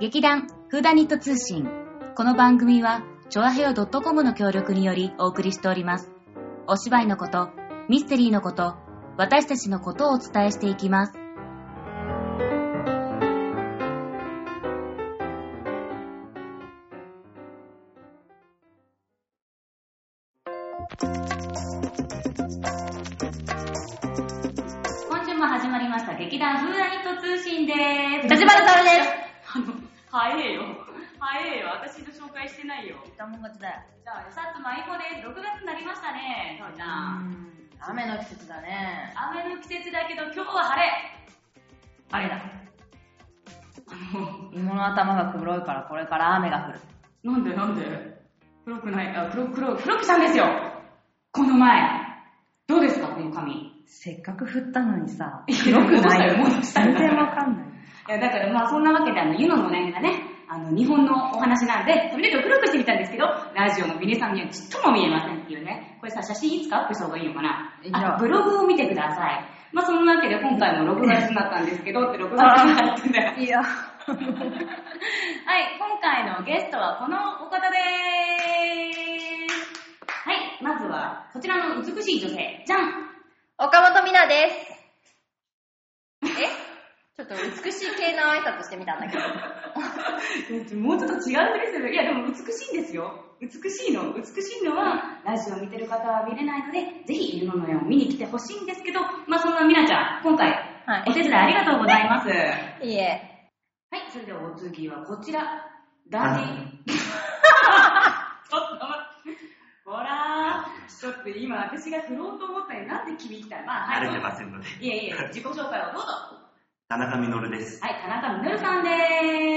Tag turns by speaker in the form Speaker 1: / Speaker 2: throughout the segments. Speaker 1: 劇団フーダニット通信。この番組は、チョアヘオ .com の協力によりお送りしております。お芝居のこと、ミステリーのこと、私たちのことをお伝えしていきます。今週も始まりました劇団フーダニット通信でーす。
Speaker 2: 立花さんです
Speaker 3: あの、早えよ。早えよ。私の紹介してないよ。
Speaker 2: ダモン勝ちだよ。
Speaker 3: じゃあ、さっと舞い子です。6月になりましたね。そうじゃあ
Speaker 2: 雨の季節だね。
Speaker 3: 雨の季節だけど、今日は晴れ。
Speaker 2: あれだ。芋の頭が黒いからこれから雨が降る。
Speaker 3: なんでなんで黒くない、あ、黒、黒、黒くしたんですよ。この前。どうですか、この髪。い
Speaker 2: せっかく降ったのに さ、
Speaker 3: いや
Speaker 2: 黒くない
Speaker 3: 戻した
Speaker 2: 全
Speaker 3: よ戻したよ
Speaker 2: 然わかんない。
Speaker 3: や、だからまあそんなわけで、あの、湯野の悩みがね、あの、日本のお話なんで、とりあえず黒くしてみたんですけど、ラジオの皆さんにはちっとも見えませんっていうね。これさ、写真いつかアップした方がいいのかない
Speaker 2: いよ
Speaker 3: あ、ブログを見てください。まあそんなわけで今回も6月になったんですけどって6月になってんだよ。
Speaker 2: いや。
Speaker 3: はい、今回のゲストはこのお方でーす。はい、まずはこちらの美しい女性、じゃん。
Speaker 4: 岡本美奈 です。えちょっと美しい系の挨拶してみたんだ け ど。
Speaker 3: もうちょっと違うふりする。いや、でも美しいんですよ。美しいの。美しいのは、ラジオを見てる方は見れないので、ぜひ、犬の絵を見に来てほしいんですけど、まあそんなみなちゃん、今回、
Speaker 4: はい
Speaker 3: お手伝いありがとうございます。はい
Speaker 4: いえ。
Speaker 3: い、それではお次はこちら。ダージー。 ちょっと待って。ほらー、ちょっと今私が振ろうと思ったのになんで君来たのまあ、
Speaker 5: 慣
Speaker 3: はい、
Speaker 5: れて
Speaker 3: どう
Speaker 5: ま
Speaker 3: ぞ
Speaker 5: せんので。
Speaker 3: いえいえ、自己紹介をどうぞ。
Speaker 5: 田中稔です。
Speaker 3: はい、田中みのるさんで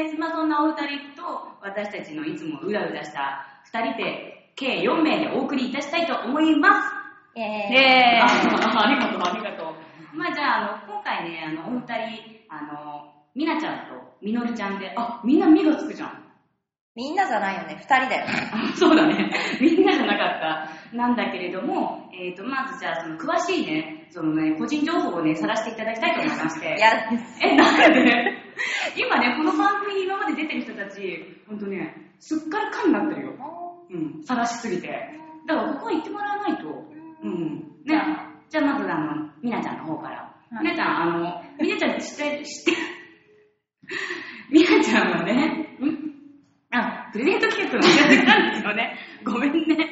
Speaker 3: ーす。まあ、そんなお二人と、私たちのいつもうだうだした二人で、計4名でお送りいたしたいと思います。
Speaker 4: イェーイ。
Speaker 3: え
Speaker 2: え
Speaker 3: あありがとう、ありがとう。まあ、じゃあ、あの、今回ね、あの、お二人、あの、みなちゃんとみのるちゃんで、あ、みんなみがつくじゃん。
Speaker 4: みんなじゃないよね。二人だよね。
Speaker 3: あそうだね。みんなじゃなかった。なんだけれども、えっ、と、まずじゃあ、その、詳しいね、そのね、個人情報をね、晒していただきたいと思いまして。
Speaker 4: やです。
Speaker 3: え、なんで今ね、この番組今まで出てる人たち、ほんとね、すっからかんになってるよ。うん、晒しすぎて。だからここ行ってもらわないと。うん。ね。じゃあまずあの、みなちゃんの方から。
Speaker 4: はい
Speaker 3: みなちゃん、あの、みなちゃん知って、知って、みなちゃんはね、んあ、プレゼント企画のお知らせなんですよね。ごめんね。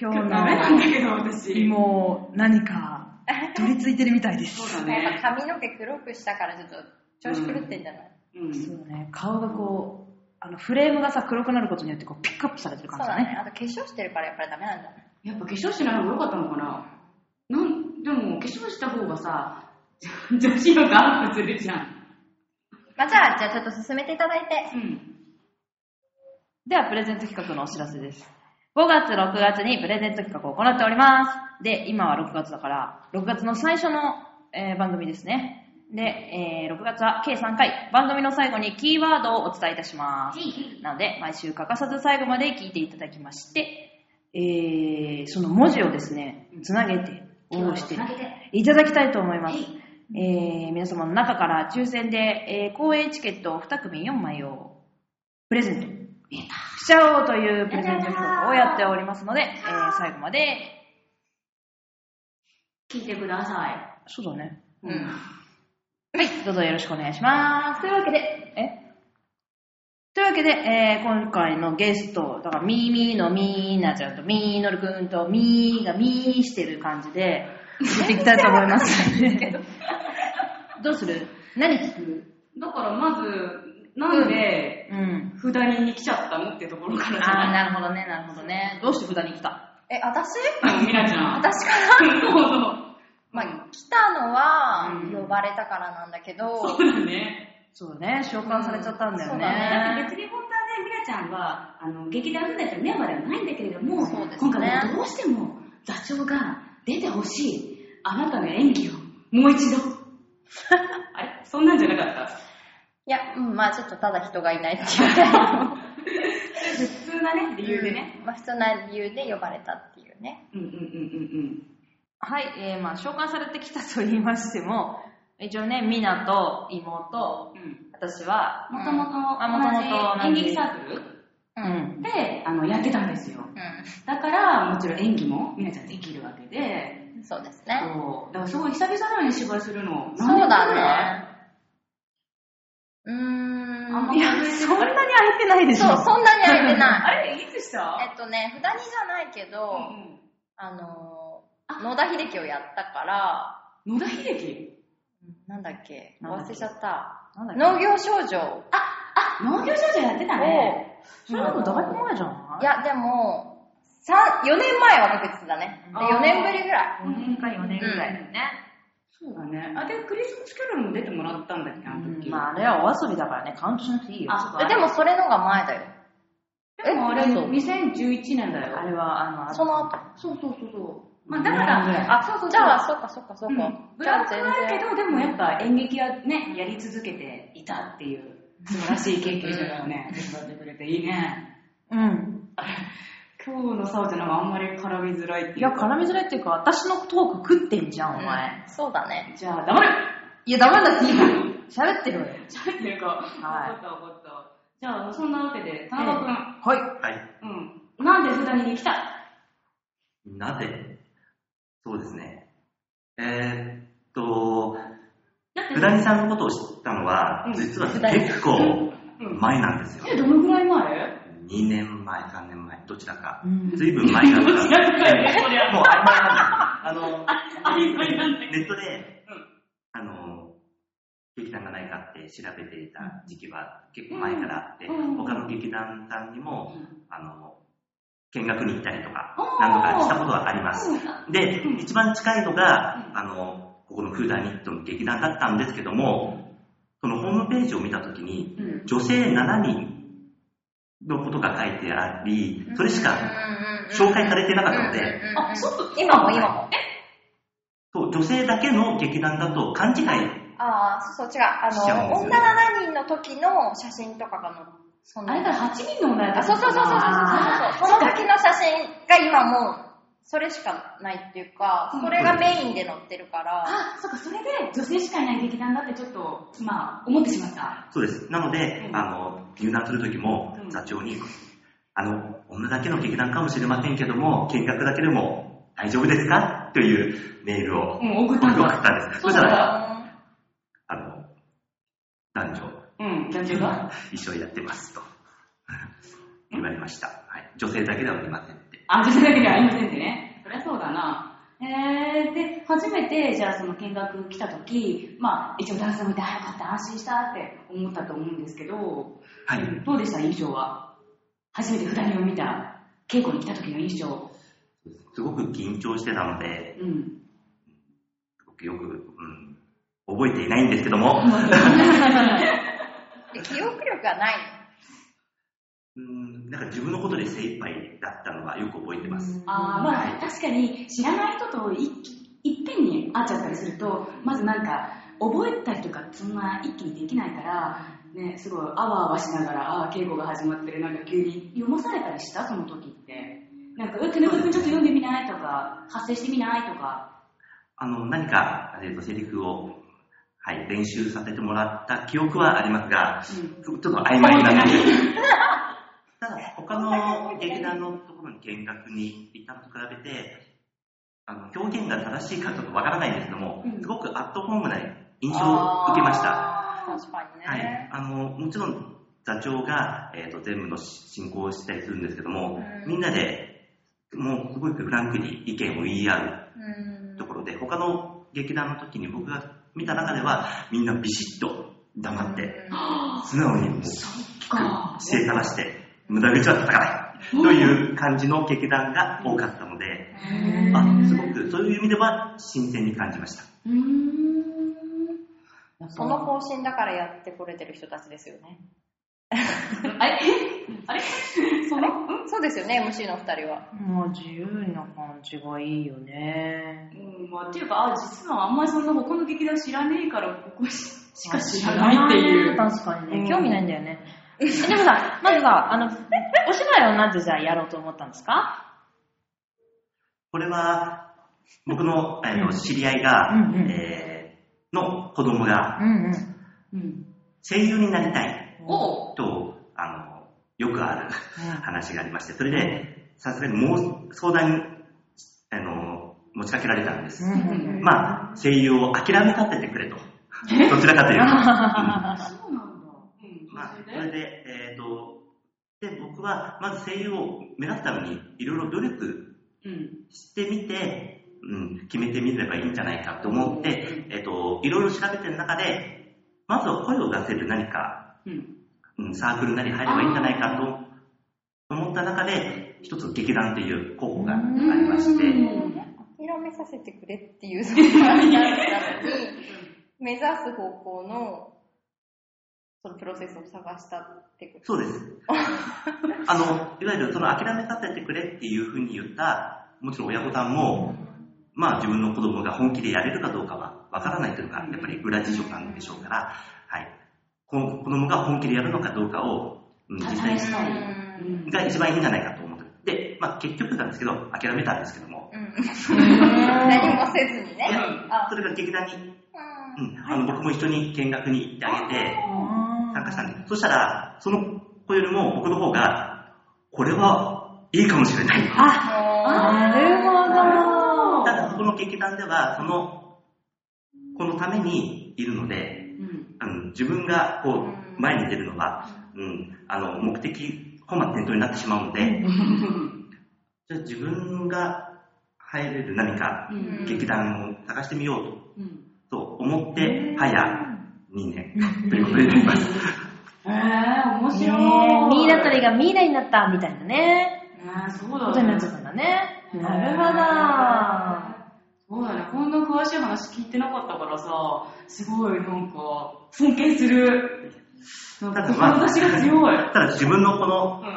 Speaker 6: 今
Speaker 3: ダ
Speaker 6: 日
Speaker 3: メなんだ
Speaker 6: の
Speaker 3: けど、私。
Speaker 6: 芋何か取り付いてるみたいです。
Speaker 3: そうだ
Speaker 4: やっ
Speaker 3: ね。
Speaker 4: ぱ髪の毛黒くしたからちょっと調子狂ってんじゃない、
Speaker 3: うん。
Speaker 6: そうね、顔がこう、あのフレームがさ、黒くなることによってこうピックアップされてる
Speaker 4: そう
Speaker 6: 感じ
Speaker 4: だ
Speaker 6: だ
Speaker 4: ね。
Speaker 6: ね。
Speaker 4: あと化粧してるからやっぱりダメなんじゃない
Speaker 3: やっぱ化粧しない方が良かったのかななん、でも化粧した方がさ、 女子力アップするじゃん。
Speaker 4: まあ、じゃあ、じゃあちょっと進めていただいて。
Speaker 3: うん。
Speaker 6: では、プレゼント企画のお知らせです。5月、6月にプレゼント企画を行っております。で、今は6月だから、6月の最初の、えー番組ですね。で、えー6月は計3回、番組の最後にキーワードをお伝えいたします。なので、毎週欠かさず最後まで聞いていただきまして、えー、その文字をですね、つなげて、応募して
Speaker 3: つなげて
Speaker 6: いただきたいと思います
Speaker 3: は。
Speaker 6: えー、皆様の中から抽選で、えー、公演チケットを2組4枚をプレゼントしちゃおうというプレゼント企画をやっておりますので、えー、最後まで、
Speaker 3: 聞いてください。
Speaker 6: そうだね。
Speaker 4: うん。
Speaker 6: はい、どうぞよろしくお願いします。というわけで、えというわけで、えー、今回のゲスト、だから、みーみーのみーなちゃんとみーのるくんとみーがみーしてる感じで、やっていきたいと思い ます。どうする何聞く
Speaker 3: だからまず、なんで、
Speaker 6: うん。
Speaker 3: ふだにに来ちゃったのってところからじゃ
Speaker 6: あ
Speaker 3: な
Speaker 6: ー、
Speaker 3: い
Speaker 6: なるほどね、なるほどね。どうして札に来た
Speaker 4: え、私
Speaker 3: うんみなちゃん。
Speaker 4: 私か
Speaker 3: そ
Speaker 4: ら
Speaker 3: う
Speaker 4: まあ、来たのは
Speaker 6: うん
Speaker 4: 呼ばれたからなんだけど、
Speaker 3: そう。そうだね。
Speaker 6: そうね、召喚されちゃったんだよ
Speaker 4: うんそうだ
Speaker 3: だっ
Speaker 6: ね。
Speaker 3: て別に本当はね、みなちゃんは、あの、劇団ふだちゃんメンバーではないんだけれども、
Speaker 4: そうですね
Speaker 3: 今回はどうしても座長が出てほしい、あなたの演技をもう一度。あれそんなんじゃなかった
Speaker 4: いや、うん、まあちょっとただ人がいないっていうね。
Speaker 3: 普通なね、理由でね。
Speaker 4: うん。まあ普通な理由で呼ばれたっていうね。
Speaker 3: うんうんうんうん
Speaker 6: はい、えー、まあ、召喚されてきたと言いましても、一応ね、みなと妹、
Speaker 3: うん。うん。
Speaker 6: 私は。
Speaker 3: もともと
Speaker 6: あ元々同
Speaker 3: 演
Speaker 6: じ
Speaker 3: 劇サーク
Speaker 6: う
Speaker 3: ル
Speaker 6: ん。
Speaker 3: であのやってたんですよ。だから、もちろん演技もみなちゃんできるわけで、
Speaker 4: うん。そうですね。
Speaker 3: そうだからすごい久々なのに芝居するの。
Speaker 4: そ
Speaker 3: 何
Speaker 4: う
Speaker 3: 年ぶりぐらい
Speaker 4: だね。うーん。
Speaker 3: あんま
Speaker 6: いや、そんなに空いてないでし
Speaker 4: そ
Speaker 6: ょ。
Speaker 4: う、そんなに空いてな い。
Speaker 3: あれ、いつした
Speaker 4: えっとね、札にじゃないけど、
Speaker 3: うん
Speaker 4: あのー、野田秀樹をやったから、
Speaker 3: うん野田秀樹
Speaker 4: なんだっけ
Speaker 6: なんだっ
Speaker 4: 忘
Speaker 6: け
Speaker 4: れちゃった。
Speaker 6: なんだっけ
Speaker 4: 農業少女
Speaker 3: あ、農業少女やってたね。
Speaker 4: を、
Speaker 6: それなんかだいぶ前じゃない
Speaker 4: いや、でも、三4年前は確実だね。で
Speaker 3: あー
Speaker 4: 4年ぶりぐらい。
Speaker 6: 5年か4年ぐらいだよね。
Speaker 3: そうだね。あ、で、クリスマスキャロルも出てもらったんだっけ、あの時。
Speaker 6: まあ、あれはお遊びだからね、カウントしなくていいよ。
Speaker 3: あ、そう
Speaker 4: え
Speaker 3: か。
Speaker 4: でもそれのが前だよ。
Speaker 3: でもあれ、
Speaker 4: え嘘
Speaker 3: 2011年だ
Speaker 6: あ
Speaker 3: よ。
Speaker 6: れは、あの、
Speaker 4: その後。
Speaker 3: そうそうそうそう。まあ、だから、
Speaker 6: うん
Speaker 3: あ、そうそうそう。
Speaker 4: じゃあ、そうかそうかそううんか。
Speaker 3: ブ
Speaker 4: じゃ
Speaker 3: ラ
Speaker 4: あ
Speaker 3: ンクはあるけど、でもやっぱ演劇はね、やり続けていたっていう、素晴らしい経験者だよね。手伝ってくれていいね。
Speaker 6: うん。
Speaker 3: 今日のサオちゃんなんかあんまり絡みづらいって
Speaker 6: い
Speaker 3: いう
Speaker 6: や、
Speaker 3: か。
Speaker 6: 絡みづらいっていうか、私のトーク食ってんじゃん、お前。
Speaker 4: うんそうだね。
Speaker 3: じゃあ、黙れ
Speaker 6: いや、黙んなくていいから。喋ってよ。
Speaker 3: 喋ってるか。わ
Speaker 6: はい
Speaker 3: かったわかった。じゃあ、そんなわけで、田中
Speaker 6: はい。
Speaker 5: はい。
Speaker 3: くん。うん。なんで札に来た
Speaker 5: なぜそうですね。えー、っと、
Speaker 3: だって、
Speaker 5: ふだにさんのことを知ったのは
Speaker 3: うん、
Speaker 5: 実は
Speaker 4: ふだに
Speaker 5: 結構
Speaker 3: うん。
Speaker 5: 前なんですよ。
Speaker 3: え、どのぐらい前
Speaker 5: 2年前、3年前、どちらか。
Speaker 6: うん
Speaker 5: ずいぶん 前だったんですけど、
Speaker 3: そりゃ
Speaker 5: もう曖昧なんですよ。あの、
Speaker 3: 曖昧なんだ
Speaker 5: ネットで
Speaker 3: うん、
Speaker 5: あの、劇団がないかって調べていた時期は結構前からあって、
Speaker 3: うん
Speaker 5: 他の劇団さんにも、あの、見学に行ったりとか
Speaker 3: お、ー
Speaker 5: なんとかしたことはあります。
Speaker 3: うん
Speaker 5: で
Speaker 3: うん、
Speaker 5: 一番近いのが
Speaker 3: う、ん
Speaker 5: あの、ここのフーダニットの劇団だったんですけども、そのホームページを見たときに、
Speaker 3: うん
Speaker 5: 女性7人のことが書いてあり、それしか紹介されてなかったので、
Speaker 3: あ、ちょ
Speaker 4: う
Speaker 3: っと、
Speaker 4: ん。今も今も。
Speaker 5: そう、女性だけの劇団だと勘違い。
Speaker 4: ああ、そうそう違う。あ
Speaker 5: しちゃうんで
Speaker 4: の、
Speaker 5: すよ
Speaker 4: 女7人の時の写真とかが載って、その
Speaker 3: あれから8人の問題だ
Speaker 4: あ、そうそうそうそうそうそうそう。その時の写真が今もう、それしかないっていうか、それがメインで載ってるから、
Speaker 3: あ、そっか、それで女性しかいない劇団だってちょっと、まあ、思ってしまった。
Speaker 5: そうです。なので、
Speaker 3: うん
Speaker 5: あの、入団するときも
Speaker 3: うん、
Speaker 5: 座長に、あの、女だけの劇団かもしれませんけども、見学だけでも大丈夫ですかというメールを
Speaker 3: うん、送っ
Speaker 5: 送
Speaker 3: たんだ。
Speaker 5: ったんで
Speaker 3: そ
Speaker 5: す。そうしたら、
Speaker 4: あ
Speaker 5: あの、男女、
Speaker 3: うん、男女が
Speaker 5: 一緒にやってますと、言われました。はい。女性だけではありませんって。
Speaker 3: あ、女性だけではありませんでね。そりゃそうだな。えー、で、初めて、じゃあその見学来た時、まあ、一応ダンスを見て、あ、よかった、安心したって思ったと思うんですけど、
Speaker 5: はい。
Speaker 3: うんどうでした、印象は。初めて二人を見た、稽古に来た時の印象。
Speaker 5: すごく緊張してたので、
Speaker 3: うん。
Speaker 5: 僕よく、うん、覚えていないんですけども、
Speaker 4: ー記憶力がない。
Speaker 5: うん、なんか自分のことで精一杯だったのはよく覚えてます。
Speaker 3: あーまあ確かに知らない人といいっぺんに会っちゃったりするとまずなんか覚えたりとかそんな一気にできないから、ね、すごいあわあわしながらああ稽古が始まってるなんか急に読まされたりしたその時ってなんか「うっ金子君ちょっと読んでみない?」とか「発声してみない?」とか
Speaker 5: あの、何か、えっ、と、セリフを、はい、練習させてもらった記憶はありますが、ちょっと曖昧なので。ただ、他の劇団のところに見学に行ったのと比べて、あの、表現が正しいかちょっとわからないんですけども、
Speaker 3: うん
Speaker 5: すごくアットホームな印象を受けました。
Speaker 4: 確かにね。
Speaker 5: はい、あのもちろん座長が、えー、と全部の進行をしたりするんですけども、
Speaker 4: うん
Speaker 5: みんなでもうすごくフランクに意見を言い合
Speaker 4: うん
Speaker 5: うところで他の劇団の時に僕が見た中ではみんなビシッと黙って素直にもう
Speaker 3: か
Speaker 5: 姿勢正して無駄口は叩かないという感じの劇団が多かったので、
Speaker 4: へ
Speaker 5: あすごくそういう意味では新鮮に感じました。
Speaker 3: うーん
Speaker 4: その方針だからやってこれてる人たちですよね。
Speaker 3: あれあれそのうん
Speaker 4: そうですよね、MC のお二人は。
Speaker 6: もう自由な感じがいいよね。
Speaker 3: うん、まあ、っていうか、あ、実はあんまりそんな他の劇団知らねえから、ここししか知らないっていう。
Speaker 6: 確かにね、
Speaker 3: うん
Speaker 6: 興味ないんだよね。えでも さ、まずさ、あの、お芝居をなぜじゃあやろうと思ったんですか
Speaker 5: これは、僕の、えー
Speaker 6: うん
Speaker 5: と知り合いが、
Speaker 6: うんうん
Speaker 5: えーの子供が
Speaker 6: うん
Speaker 3: う
Speaker 6: うん。
Speaker 3: ん。
Speaker 5: 声優になりたい
Speaker 3: おう
Speaker 5: と、あの、よくある話がありまして、それで、さすがにもう相談に、あの、持ちかけられたんです。
Speaker 6: うんうん
Speaker 5: まあ、声優を諦めさせてくれと。どちらかというと。
Speaker 3: そうな
Speaker 5: うん
Speaker 3: んだ。うん。
Speaker 5: まあ、
Speaker 3: そ
Speaker 5: そ
Speaker 3: れ
Speaker 5: れ
Speaker 3: で
Speaker 5: で、えっ、と、で、僕は、まず声優を目指すために、いろいろ努力
Speaker 3: うん。
Speaker 5: してみて、うん、決めてみればいいんじゃないかと思って、えっ、と、いろいろ調べてる中で、まずは声を出せる何か、
Speaker 3: うん。
Speaker 5: うん、サークルなり入ればいいんじゃないかと思った中で、一つ劇団という候補がありまして、
Speaker 4: 諦めさせてくれっていう相談だったのに、 目指す方向の、そのプロセスを探したってこ
Speaker 5: そうです。 あの、いわゆるその諦めさせてくれっていうふうに言った、もちろん親御さんも、まあ自分の子供が本気でやれるかどうかはわからないというのが、やっぱり裏事情なんでしょうから、はい。この子供が本気でやるのかどうかを、うん、実際
Speaker 3: 試し
Speaker 4: と。
Speaker 3: たい。う
Speaker 4: うん
Speaker 3: ん。
Speaker 5: が一番いいんじゃないかと思って。で、まあ結局なんですけど、諦めたんですけども、
Speaker 4: うん。何もせずにね。あ
Speaker 5: それが劇団に、
Speaker 4: う
Speaker 5: うんん、あの僕も一緒に見学に行ってあげて、参加したんです。そしたら、その子よりも僕の方が、これはいいかもしれない。
Speaker 6: あ、なるほ
Speaker 5: ただ、この劇団では、その、このためにいるので、
Speaker 3: うん。
Speaker 5: あの自分がこ
Speaker 4: うん
Speaker 5: う、前に出るのは、うん、あの、目的、コマ転倒になってしまうので、じゃあ自分が入れる何か
Speaker 3: う
Speaker 4: うん
Speaker 3: ん。
Speaker 5: 劇団を探してみよう
Speaker 3: うん。
Speaker 5: と、と思って、早2年、ということになります。
Speaker 3: えー、面
Speaker 6: ど。ね
Speaker 3: 白い。
Speaker 6: ミイラ取りがミイラになったみたいなね、
Speaker 3: ねえそうだね。
Speaker 6: ことになっちゃったんだね。
Speaker 3: ねえ
Speaker 6: なるほ
Speaker 3: そ
Speaker 6: ど。
Speaker 3: うだね、こんな詳しい話聞いてなかったからさ、すごいなんか、尊敬する。なんか、
Speaker 5: ただまあ
Speaker 3: 志が強い。
Speaker 5: ただ自分のこの、
Speaker 3: う
Speaker 5: う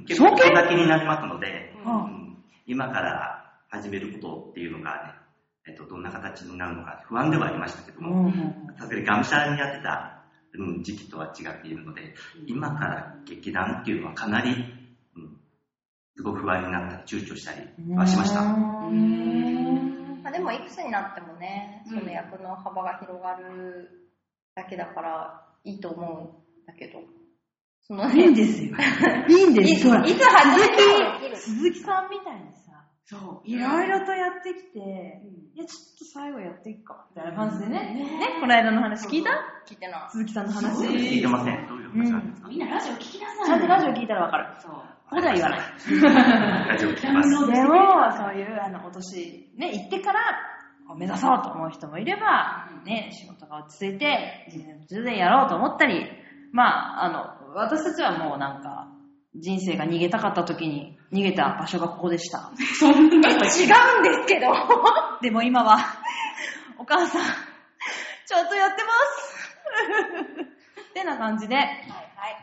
Speaker 5: ん、結構
Speaker 6: 証券
Speaker 5: だけになりますので、
Speaker 3: う
Speaker 5: うんん今から始めることっていうのがね、えっと、どんな形になるのか不安ではありましたけども、さすがにがむしゃらにやってた、うん、時期とは違っているので、今から劇団っていうのはかなり、うん、すごく不安になったり、躊躇したりはしました。
Speaker 3: うーん
Speaker 4: まあでも、いくつになってもね、
Speaker 3: う
Speaker 4: そ
Speaker 3: ん
Speaker 4: の役の幅が広がるだけだから、いいと思うんだけど。その
Speaker 6: いいん
Speaker 4: ね、
Speaker 6: ですよ。いいん
Speaker 4: いい
Speaker 6: です。
Speaker 4: つ
Speaker 6: ほら、
Speaker 4: 始めてもできる。
Speaker 6: 鈴木さんみたいにさ、
Speaker 3: そう。
Speaker 6: いろいろとやってきて、
Speaker 3: うん
Speaker 6: いや、ちょっと最後やっていくか、みたいな感じでね。ね、この間の話聞いた
Speaker 4: 聞いてな
Speaker 6: 鈴木さんの話。
Speaker 3: そう
Speaker 5: 聞いてません。どういう話なんですか、
Speaker 3: みんなラジオ聞きなさい。
Speaker 6: ちゃんとラジオ聞いたらわかる。
Speaker 3: そう。
Speaker 6: ここでは言わない。
Speaker 5: 大丈夫聞きま
Speaker 3: ダウン
Speaker 5: す
Speaker 3: ロ。ードして
Speaker 6: でも
Speaker 3: くれる、
Speaker 6: そういう、あの、お年、ね、行ってから、こう目指そうと思う人もいれば、ね、仕事が落ち着いて、全然やろうと思ったり、まあ、あの、私たちはもうなんか、人生が逃げたかった時に、逃げた場所がここでした。
Speaker 3: そんな
Speaker 4: 違うんですけど。
Speaker 6: でも今は、お母さん、ちゃんとやってます。ってな感じで、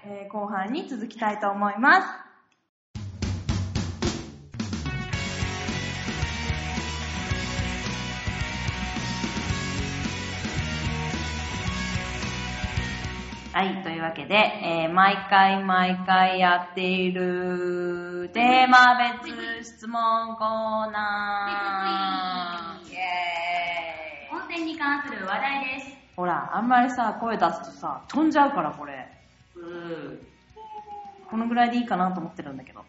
Speaker 6: えー後半に続きたいと思います。はい、というわけで、えー毎回毎回やっているテーマ別質問コーナ ー。
Speaker 4: イエーイ。
Speaker 1: 本編に関する話題です。
Speaker 6: ほら、あんまりさ、声出すとさ、飛んじゃうからこれ。このぐらいでいいかなと思ってるんだけど。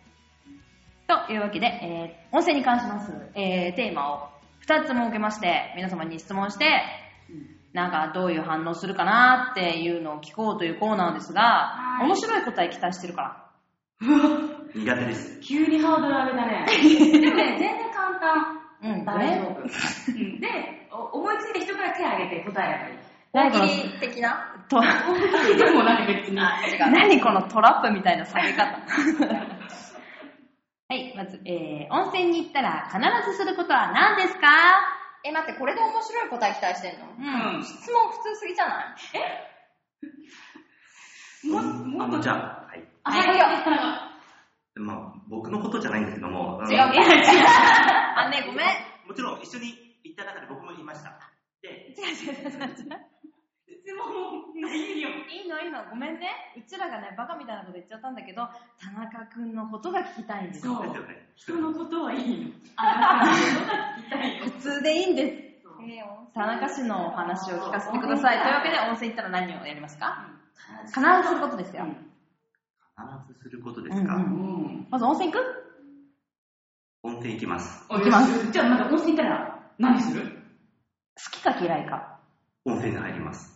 Speaker 6: というわけで、えー、音声に関します、えー、テーマを2つ設けまして、皆様に質問して、なんかどういう反応するかなっていうのを聞こうというコーナーですが、
Speaker 1: い
Speaker 6: 面白い答え期待してるから。
Speaker 5: 苦手です。
Speaker 3: 急にハードル上げたね。
Speaker 1: でもね、全然簡単。
Speaker 6: うん、
Speaker 3: 大丈
Speaker 6: ね。
Speaker 3: 夫。うんで、お思いついた人から手を挙げて答えればいい。
Speaker 6: 大
Speaker 4: 大
Speaker 6: 丈夫
Speaker 4: 喜利的な
Speaker 6: と、
Speaker 3: でもない別に。
Speaker 6: 何このトラップみたいな下げ 方。はい、まず、えー、温泉に行ったら必ずすることは何ですか
Speaker 4: え、待って、これで面白い答え期待してんの
Speaker 6: うん。
Speaker 4: 質問普通すぎじゃな い
Speaker 3: もも
Speaker 5: あ
Speaker 3: っ
Speaker 5: の、
Speaker 3: と
Speaker 5: じゃあ、はい。
Speaker 4: あ、
Speaker 3: はい
Speaker 4: よ。
Speaker 5: まあ、僕のことじゃないんですけども、あの
Speaker 4: 違うか。
Speaker 6: あ、ね、ごめん。
Speaker 5: もちろん一緒に行った中で僕も言いました。で、
Speaker 3: 質問ないよ。
Speaker 6: いいのいいの、ごめんね。うちらがね、バカみたいなこと言っちゃったんだけど、田中くんのことが聞きたいんです
Speaker 3: そう
Speaker 5: ですよね。
Speaker 3: 人のことはいいの。あなたのことが聞きたいよ。
Speaker 6: 普通でいいんです。
Speaker 4: えー
Speaker 6: 田中氏のお話を聞かせてください。というわけで、温泉行ったら何をやりますか必ずすることですよ。
Speaker 5: 必ずすることですか、
Speaker 6: うんうん
Speaker 3: うん。
Speaker 6: まず温泉行く
Speaker 5: 温泉行きます。
Speaker 3: 行きます。じゃあ、また温泉行ったら何する
Speaker 6: 好きか嫌いか。
Speaker 5: 温泉に入ります。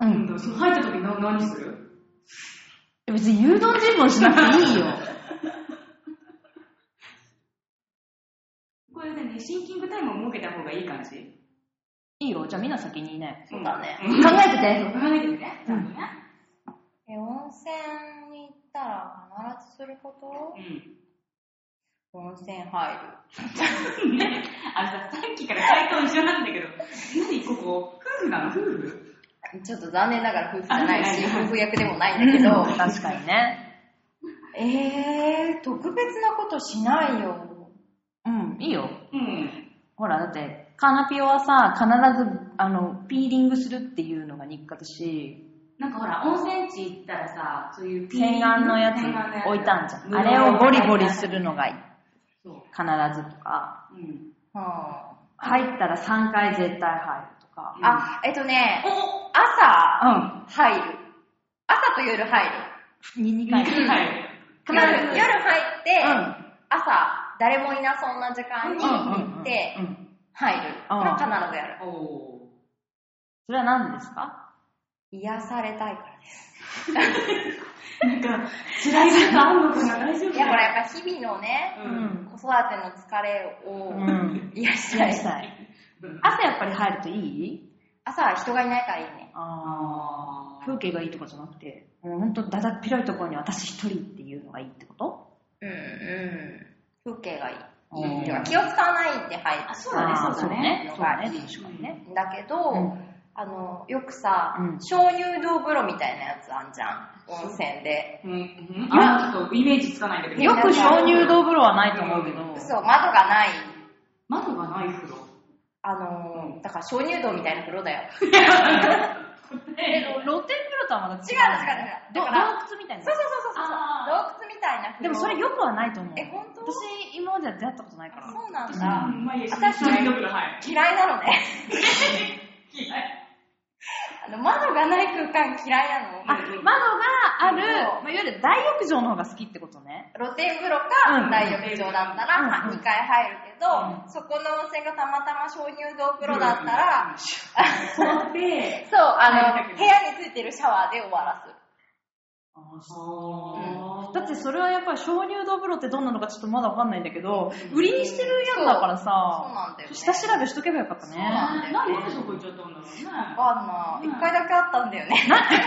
Speaker 6: う。
Speaker 3: うんん。その入った時な何する
Speaker 6: 別に誘導尋問しなくていいよ。
Speaker 3: これでね、シンキングタイムを設けた方がいい感じ
Speaker 6: いいよ。じゃあみんな先にね。
Speaker 4: そうだね。
Speaker 6: 考えて
Speaker 3: 考
Speaker 6: て。
Speaker 3: えてるね。ちゃんとね。
Speaker 4: え、温泉に行ったら必ずすること
Speaker 3: うん。
Speaker 4: 温泉入る。
Speaker 3: あれさ、さっきから回答一緒なんだけど、何ここ夫婦なの夫婦
Speaker 4: ちょっと残念ながら夫婦じゃないし、
Speaker 3: あ
Speaker 4: 夫婦役でもないんだけど、
Speaker 6: 確かにね。
Speaker 4: えー、特別なことしないよ。
Speaker 6: うん、いいよ。
Speaker 3: うん。
Speaker 6: ほら、だって、カナピオはさ、必ず、あの、ピーリングするっていうのが日課だし、
Speaker 3: なんかほら、温泉地行ったらさ、そういうピーリング
Speaker 6: 洗顔のやつ
Speaker 3: 洗顔のやつ
Speaker 6: 置いたんじゃん。あれをゴリゴリするのがいい。
Speaker 3: そ
Speaker 6: 必ずとか。
Speaker 3: う。うん。
Speaker 4: は
Speaker 6: 入ったら3回絶対入るとか。
Speaker 4: あ、あ、えっとね、
Speaker 3: お
Speaker 4: 朝、
Speaker 6: う
Speaker 4: 入る。朝と夜入る。
Speaker 6: ん。2、2
Speaker 3: は
Speaker 6: 回。
Speaker 3: い。
Speaker 6: 必ず。
Speaker 4: 夜、夜入って、
Speaker 6: うん。
Speaker 4: 朝、誰もいなそうな時間に行って
Speaker 6: う、ん。
Speaker 4: 入る。
Speaker 6: うん
Speaker 4: まあ必ずやる。
Speaker 3: お
Speaker 6: それは何ですか
Speaker 4: 癒されたいからです。
Speaker 3: ー。なんか、辛いことあんのかな大丈夫
Speaker 4: いや、ほら、やっぱ日々のね、
Speaker 3: う。
Speaker 6: うん
Speaker 4: 子育ての疲れを
Speaker 6: うん。
Speaker 4: 癒した
Speaker 6: やり
Speaker 4: い。
Speaker 6: たい。朝やっぱり入るといい
Speaker 4: 朝は人がいないからいいね。
Speaker 6: あ
Speaker 3: あ
Speaker 6: ー風景がいいとかじゃなくて、もうほんとだだっ広いところに私一人っていうのがいいってこと
Speaker 4: うん、うん。風景がいい。
Speaker 3: いいね
Speaker 4: てか気を使わないで入る。
Speaker 3: あそうだね
Speaker 6: あー
Speaker 3: そうだ
Speaker 4: ね
Speaker 6: そうだね。確かにね。
Speaker 4: だけど、
Speaker 6: うん
Speaker 4: あの、よくさ、
Speaker 6: うん
Speaker 4: 鍾乳洞風呂みたいなやつあんじゃん。温泉で。
Speaker 3: うんうん。あ、ちょっとイメージつかないんだけど。
Speaker 6: よく鍾乳洞風呂はないと思うけど。
Speaker 4: そう、窓がない。
Speaker 3: 窓がない 風呂。
Speaker 4: あのー、だから鍾乳洞みたいな風呂だよ。
Speaker 6: え、露天風呂とはまた違う。ど洞
Speaker 4: 違う違う違うだから
Speaker 6: 窟みたいな。
Speaker 4: そうそうそうそう
Speaker 3: あ
Speaker 4: 洞窟みたいな風呂。
Speaker 6: でもそれよくはないと思う。
Speaker 4: え、本当
Speaker 6: 私、今までは出会ったことないから。
Speaker 4: そうな
Speaker 3: あ。う
Speaker 4: んだ。
Speaker 3: ん、まあいいや、
Speaker 4: 私
Speaker 3: 鍾乳洞風呂、はい。
Speaker 4: 嫌いなのね。
Speaker 3: 嫌い。
Speaker 4: あの、窓がない空間嫌いなの。
Speaker 6: あ、窓がある
Speaker 4: そう、
Speaker 6: まあ、いわゆる大浴場の方が好きってことね。
Speaker 4: 露天風呂
Speaker 6: う
Speaker 4: か
Speaker 6: ん
Speaker 4: 大浴場だった
Speaker 6: うん
Speaker 4: ら、2回入るけど、
Speaker 6: う
Speaker 4: そこの温泉がたまたま鍾乳洞風呂だったら、
Speaker 3: 座って、
Speaker 4: そう、あ
Speaker 3: 入りたくない
Speaker 4: の、部屋についてるシャワーで終わらす。
Speaker 6: だってそれはやっぱり鍾乳洞風呂ってどんなのかちょっとまだわかんないんだけど、売りにしてるやつだから
Speaker 4: そう
Speaker 6: さ、
Speaker 4: なんだよね。
Speaker 6: 下調べしとけばよかったね。
Speaker 3: なんでなんでそこ行っちゃったんだろうね。
Speaker 4: わかんない。一回だけあったんだよね。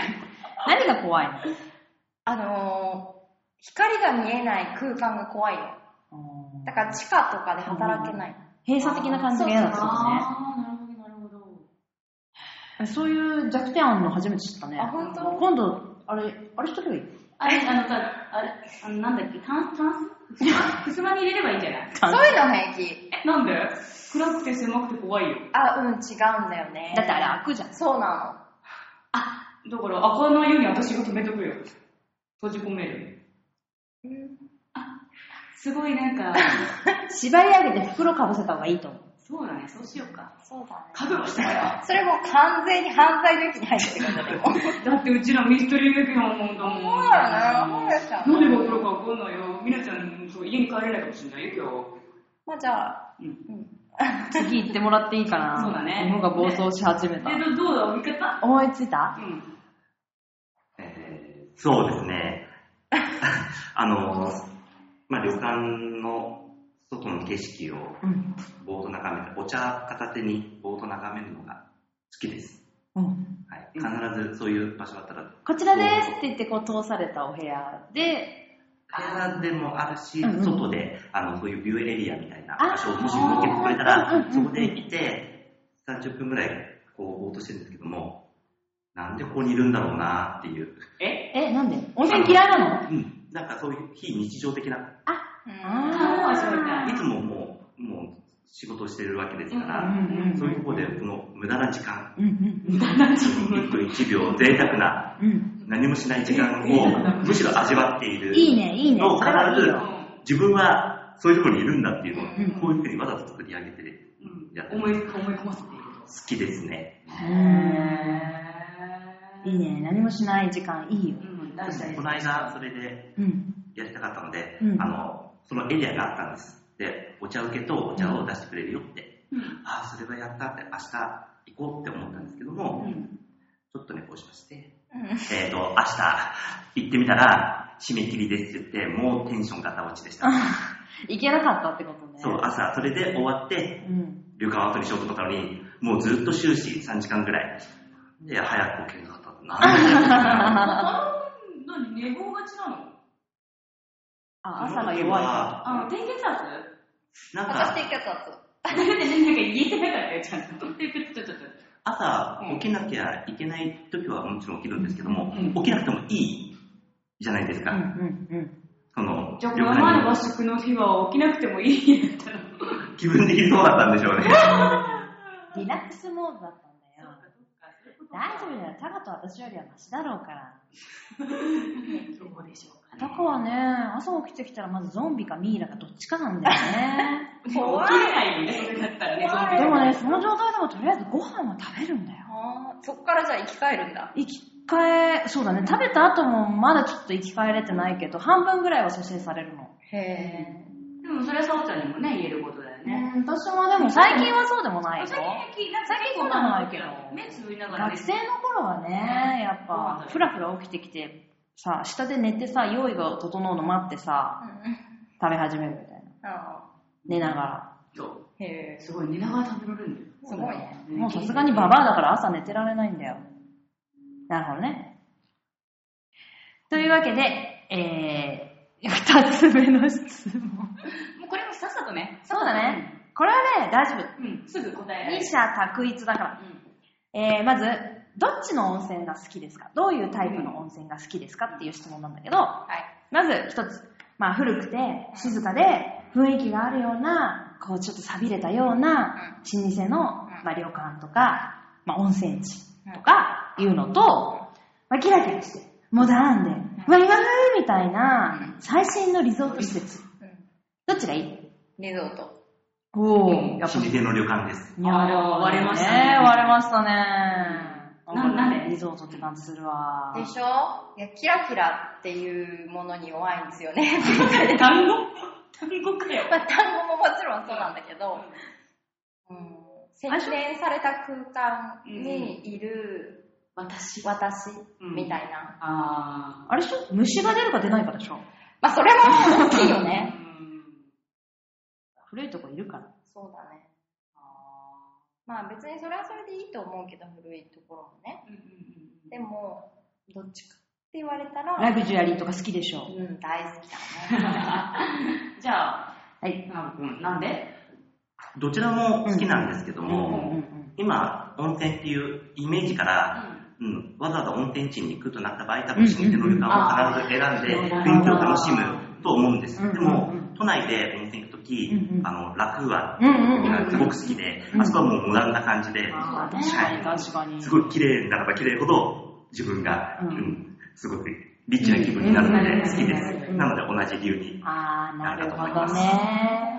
Speaker 6: 何が怖いの
Speaker 4: あのー、光が見えない空間が怖いの。だから地下とかで働けない。
Speaker 6: 閉鎖的な感じが嫌だってこと
Speaker 3: あ
Speaker 6: ね。
Speaker 3: ー、なるほど、なるほど。
Speaker 6: そういう弱点あるの初めて知ったね。
Speaker 4: あ、本当？
Speaker 6: 今度、あれ、あれしとけばいい
Speaker 3: あれ、あのさ、あれ、あの、なんだっけ、タンス、タンスふすまに入れればいいんじゃない
Speaker 4: そういうの平気。
Speaker 3: え、なんで暗くて狭くて怖いよ。
Speaker 4: あ、うん、違うんだよね。
Speaker 6: だってあれ開くじゃん。
Speaker 4: そうな
Speaker 3: だから、開かないように私が止めとくよ。閉じ込める。
Speaker 4: の。うん
Speaker 3: すごいなんか、
Speaker 6: 縛り上げて袋かぶせた方がいいと思う。
Speaker 3: そうだね、そうしようか。
Speaker 4: そうだね。
Speaker 3: 覚悟したよ。
Speaker 4: それもう完全に犯罪の域に入ってるからね、もう。
Speaker 3: だってうちらミステリー劇団もんだもん。
Speaker 4: そうだよね。そうでした。
Speaker 3: 何が起こるか分かんないよ。みなちゃん、そう家に帰れないかもしれないよ、
Speaker 4: まあじゃあ、
Speaker 3: 今日。うん。
Speaker 4: うん。
Speaker 6: 次行ってもらっていいかな。
Speaker 3: そうだね
Speaker 6: 芋が暴走し始めた。
Speaker 3: え、どどうだ見方
Speaker 6: 思いついた
Speaker 3: うん。
Speaker 5: えーそうです ね。あの、まあ、旅館の外の景色を
Speaker 6: うん。
Speaker 5: ぼーっと眺めて、お茶片手にぼーっと眺めるのが好きです。
Speaker 6: うん。
Speaker 5: はい、必ずそういう場所だったら、
Speaker 6: こちらですって言ってこう通されたお部屋で、
Speaker 5: 部屋でもあるし、
Speaker 6: うんうん
Speaker 5: 外であのそういうビューエリアみたいな
Speaker 6: あ
Speaker 5: 場所をもし設けてくれたら、
Speaker 6: うんうんうん
Speaker 5: そこでいて、30分ぐらいこうぼーっとしてるんですけども、なんでここにいるんだろうなっていう、
Speaker 3: え
Speaker 6: え、なんで温泉嫌いなの
Speaker 5: うん、なんかそういう非日常的な、
Speaker 4: うん
Speaker 3: 顔を味わいたい
Speaker 5: いつももう、もう仕事をしてるわけですから、
Speaker 6: うんうんうん
Speaker 5: そういうところでこの無駄な時間、
Speaker 6: うんうん
Speaker 3: 無駄な自
Speaker 5: 1
Speaker 3: 分。
Speaker 5: 分1秒贅沢な
Speaker 6: うん。
Speaker 5: 何もしない時間をむしろ味わっている。
Speaker 6: いいね、いいね。
Speaker 5: のを
Speaker 6: それはいい
Speaker 5: 必ず
Speaker 6: よ。
Speaker 5: 自分はそういうところにいるんだっていうのを、
Speaker 6: ん
Speaker 5: こういうふうにわざと作り上げてる
Speaker 3: うん
Speaker 5: や
Speaker 3: 思い、思い込ませていると。
Speaker 5: 好きですね。
Speaker 6: へー
Speaker 3: へー
Speaker 6: いいね。何もしない時間いいよ
Speaker 3: う。ん、大事大
Speaker 5: こ
Speaker 3: 事。
Speaker 5: の間、それで
Speaker 6: うん。
Speaker 5: やりたかったので、
Speaker 6: うん
Speaker 5: あの、そのエリアがあったんです。で、お茶受けとお茶を出してくれるよって、
Speaker 3: うん
Speaker 5: ああ、それはやったって、明日行こうって思ったんですけども、
Speaker 3: うん
Speaker 5: ちょっとね、こうしまして、
Speaker 4: うん
Speaker 5: えっ、と、明日行ってみたら、締め切りですって言って、もうテンションが落ちでした。
Speaker 6: 行けなかったってことね。
Speaker 5: そう、朝、それで終わって、
Speaker 6: うん。
Speaker 5: 旅館を後にしようと思ったのに、もうずっと終始3時間ぐらい。で、早く起きれなかったな。
Speaker 3: あの、何、寝坊がちなの
Speaker 6: あ、 朝が弱い。
Speaker 3: あの、低血圧
Speaker 5: なん
Speaker 4: 私低
Speaker 5: か、
Speaker 4: 血圧。
Speaker 3: だってなんか 言えてないからね、ちゃんと。ちょっと、ちょっと。
Speaker 5: 朝起きなきゃいけない時はもちろん起きるんですけども、
Speaker 3: うん
Speaker 5: 起きなくてもいいじゃないです
Speaker 6: うん
Speaker 5: か。
Speaker 6: うんうん。
Speaker 5: その、
Speaker 3: じゃあ、
Speaker 5: 旅
Speaker 3: この前の
Speaker 5: 館
Speaker 3: 和食の日は起きなくてもいいやったの。
Speaker 5: に気分的にそうだったんでしょ うね。
Speaker 6: リラックスモードだったんだよ。大丈夫だよ。タカと私よりはマシだろうから。
Speaker 3: そうでしょう
Speaker 6: タカはね、朝起きてきたらまずゾンビかミイラかどっちかなんだよ ね。
Speaker 3: 起きれないよね、それだったらね、
Speaker 6: でもね、その状態でもとりあえずご飯は食べるんだよ。
Speaker 4: あーそっからじゃあ生き返るんだ。
Speaker 6: 生き返、そうだね、食べた後もまだちょっと生き返れてないけど、半分ぐらいは蘇生されるの。
Speaker 4: へえ。
Speaker 3: でもそれはさおちゃんにもね、言えることだよね。
Speaker 6: うん、私もでも最近はそうでもないよ。
Speaker 3: 最近、なんか
Speaker 6: 最近そうなのないけど
Speaker 3: 目つぶりながら
Speaker 6: 学
Speaker 3: ね、
Speaker 6: 生の頃はね、やっぱ、ふらふら起きてきて、さ、下で寝てさ、用意が整うの待ってさ、
Speaker 4: うん。
Speaker 6: 食べ始めるみたいな。
Speaker 4: あ
Speaker 6: 寝ながら。
Speaker 3: そう
Speaker 4: ーへえ。
Speaker 3: すごい寝ながら食べられるんだよ。
Speaker 4: すごいね。
Speaker 6: もうさすがにババアだから朝寝てられないんだよ。なるほどね。というわけで、えー、二つ目の質問。
Speaker 3: もうこれもさっさとね。
Speaker 6: そうだね。これはね、大丈夫。
Speaker 3: うん、すぐ答えられ
Speaker 6: 二
Speaker 3: る。
Speaker 6: 者択一だから。えー、まず、どっちの温泉が好きですかどういうタイプの温泉が好きですかっていう質問なんだけど、まず一つ、まあ古くて静かで雰囲気があるような、こうちょっと錆びれたような老舗の、まあ、旅館とか、まあ温泉地とかいうのと、まあ、キラキラして、モダンで、ワイワイみたいな最新のリゾート施設。
Speaker 4: うん
Speaker 6: どっちがいい
Speaker 4: リゾート。
Speaker 6: おー、
Speaker 5: 老舗の旅館です。
Speaker 6: いやー割れましたね。割れましたね。
Speaker 3: ななんで
Speaker 6: リゾートって感じするわ。
Speaker 4: でしょいや、キラキラっていうものに弱いんですよね。
Speaker 3: 単語単語かよ。
Speaker 4: まあ、単語ももちろんそうなんだけど、うん、洗練された空間にいる
Speaker 3: 私。
Speaker 4: 私
Speaker 3: うん
Speaker 4: みたいな。
Speaker 3: あ
Speaker 6: あれでしょ虫が出るか出ないかでしょ
Speaker 4: まあ、それも大きいよ
Speaker 3: ー。う
Speaker 4: ね。
Speaker 3: ん。
Speaker 6: 古いとこいるから。
Speaker 4: そうだね。まあ、別にそれはそれでいいと思うけど、古いところもね。
Speaker 3: うんうんうん
Speaker 4: でも、どっちかって言われた
Speaker 6: ラ
Speaker 4: ら、
Speaker 6: グジュアリーとか好きでしょ
Speaker 4: うん、大好きだね。
Speaker 3: じゃあ、
Speaker 6: はい。
Speaker 3: なおくん、なんで
Speaker 5: どちらも好きなんですけど
Speaker 6: うんう
Speaker 5: も、
Speaker 6: んうん。
Speaker 5: 今、温泉っていうイメージから、
Speaker 3: う
Speaker 5: うん、わざわざ温泉地に行くとなった場合、多分老舗の旅館を必ず選んで、
Speaker 6: うんうんうん
Speaker 5: 雰囲気を楽しむと思うんです。
Speaker 6: うんうんうん
Speaker 5: でも、都内で温泉行くとき、
Speaker 6: うんうん
Speaker 5: あの、楽は、
Speaker 6: うんうんうん
Speaker 5: がすごく好きで、
Speaker 6: うん
Speaker 5: あそこはもうモダンな感じで、
Speaker 6: あー確かに確かに。
Speaker 5: すごい綺麗ならば綺麗ほど、自分が、
Speaker 6: う
Speaker 5: うんん、すごくリッチな気分になるの
Speaker 6: うん
Speaker 5: で好きで
Speaker 6: う
Speaker 5: す。
Speaker 6: ん
Speaker 5: なので同じ理由に。
Speaker 6: あー、なるほ
Speaker 5: なんだと思い
Speaker 6: ど
Speaker 5: ます
Speaker 6: ね。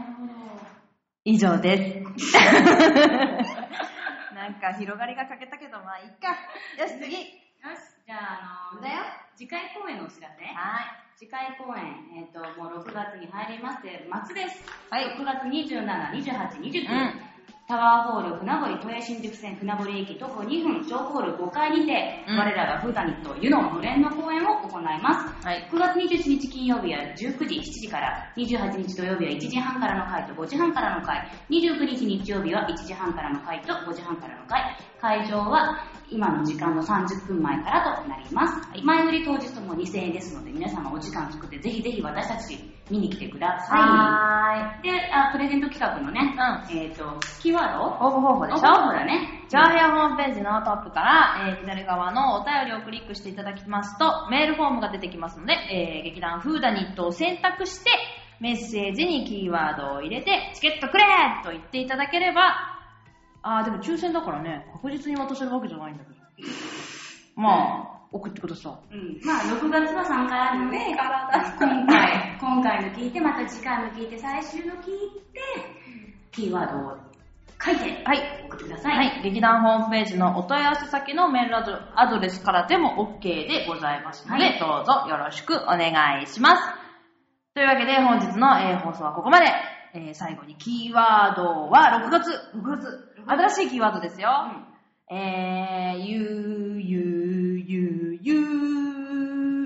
Speaker 6: 以上です。 なんか広がりが欠けたけど、まあいっか。よし、次。
Speaker 3: よし、じゃあ、あのー
Speaker 6: だよ
Speaker 3: 次回公演のお知らせ。
Speaker 6: は
Speaker 3: 次回公演、えっ、と、もう6月に入りまして、末です。
Speaker 6: はい
Speaker 3: 6月27、28、29、
Speaker 6: い。うん。
Speaker 3: タワーホール船堀、都営新宿線船堀駅徒歩2分、小ホール5階にて、
Speaker 6: うん
Speaker 3: 我らがフータニット、湯ののれんの公演を行います。
Speaker 6: はい。
Speaker 3: 9月21日金曜日は19時、7時から、28日土曜日は1時半からの回と5時半からの回、29日日曜日は1時半からの回と5時半からの回、会場は今の時間の30分前からとなります。前売り当日とも2000円ですので、皆様お時間作って、ぜひぜひ私たち見に来てくださ。
Speaker 6: はい
Speaker 3: で、あプレゼント企画のね、
Speaker 6: ー
Speaker 3: えっ、と、キーワードを
Speaker 6: い。応募方法でし
Speaker 3: あ
Speaker 6: ょ
Speaker 3: そうだね。
Speaker 6: ジョアヘアホームページのトップから、えー左側のお便りをクリックしていただきますと、メールフォームが出てきますので、えー劇団フーダニットを選択して、メッセージにキーワードを入れて、チケットくれと言っていただければ、あー、でも抽選だからね、確実に渡せるわけじゃないんだけど。まあ、送ってください。
Speaker 3: うん。まあ、6月は3回あるので、
Speaker 4: 目柄だし。
Speaker 3: 今回、今回の聞いて、また次回の聞いて、最終の聞いて、キーワードを書いて
Speaker 6: はい。
Speaker 3: 送ってください。
Speaker 6: はい。劇団ホームページのお問い合わせ先のメールアドアドレスからでも OK でございますので、
Speaker 3: はい
Speaker 6: どうぞよろしくお願いします。というわけで、本日の、えー放送はここまで。えー最後にキーワードは6月。6月。新しいキーワードですよ。えー、ゆう、ゆう、ゆう、ゆ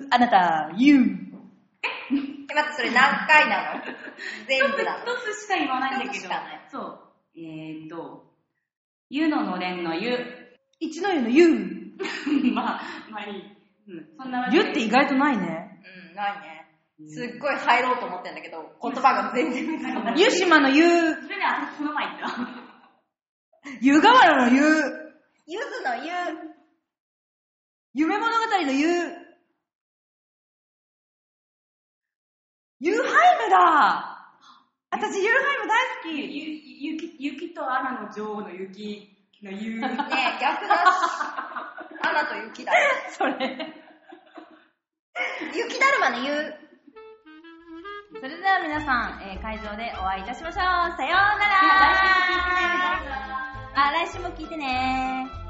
Speaker 6: う、あなた、ゆう。
Speaker 4: え、待って、それ何回なの全
Speaker 3: 一つ、
Speaker 4: 部なの
Speaker 3: 一つしか言わないんだ
Speaker 4: 一
Speaker 3: け
Speaker 4: つ
Speaker 3: ど
Speaker 4: しかない。
Speaker 3: そう。えーっと、ゆののれんのゆ。
Speaker 6: 一の湯のゆ
Speaker 3: まあ、まあいい。うん。そんなわ
Speaker 6: う。
Speaker 3: け
Speaker 6: ゆ
Speaker 3: で
Speaker 6: って意外とないね。
Speaker 4: うん、ないね。すっごい入ろうと思ってんだけど、言葉が全然見つからない。
Speaker 6: 湯島のゆう。
Speaker 3: それで、あ、この前言った。
Speaker 6: 湯河原のゆう。
Speaker 4: ゆずのゆ、
Speaker 6: 夢物語のゆう。ユーハイムだ私ユーハ イム
Speaker 3: ゆ、
Speaker 6: 大好き
Speaker 3: ゆ、ゆき、ゆきとアナの女王のゆきのゆ。ね
Speaker 4: ねえ、逆だし。アナと雪 だ。
Speaker 6: それ。
Speaker 4: 雪だるまのゆ、
Speaker 6: それでは皆さん、えー会場でお会いいたしましょう。さようなら
Speaker 3: 来週も聞いてねバイバイ
Speaker 6: あ、来週も聞いてね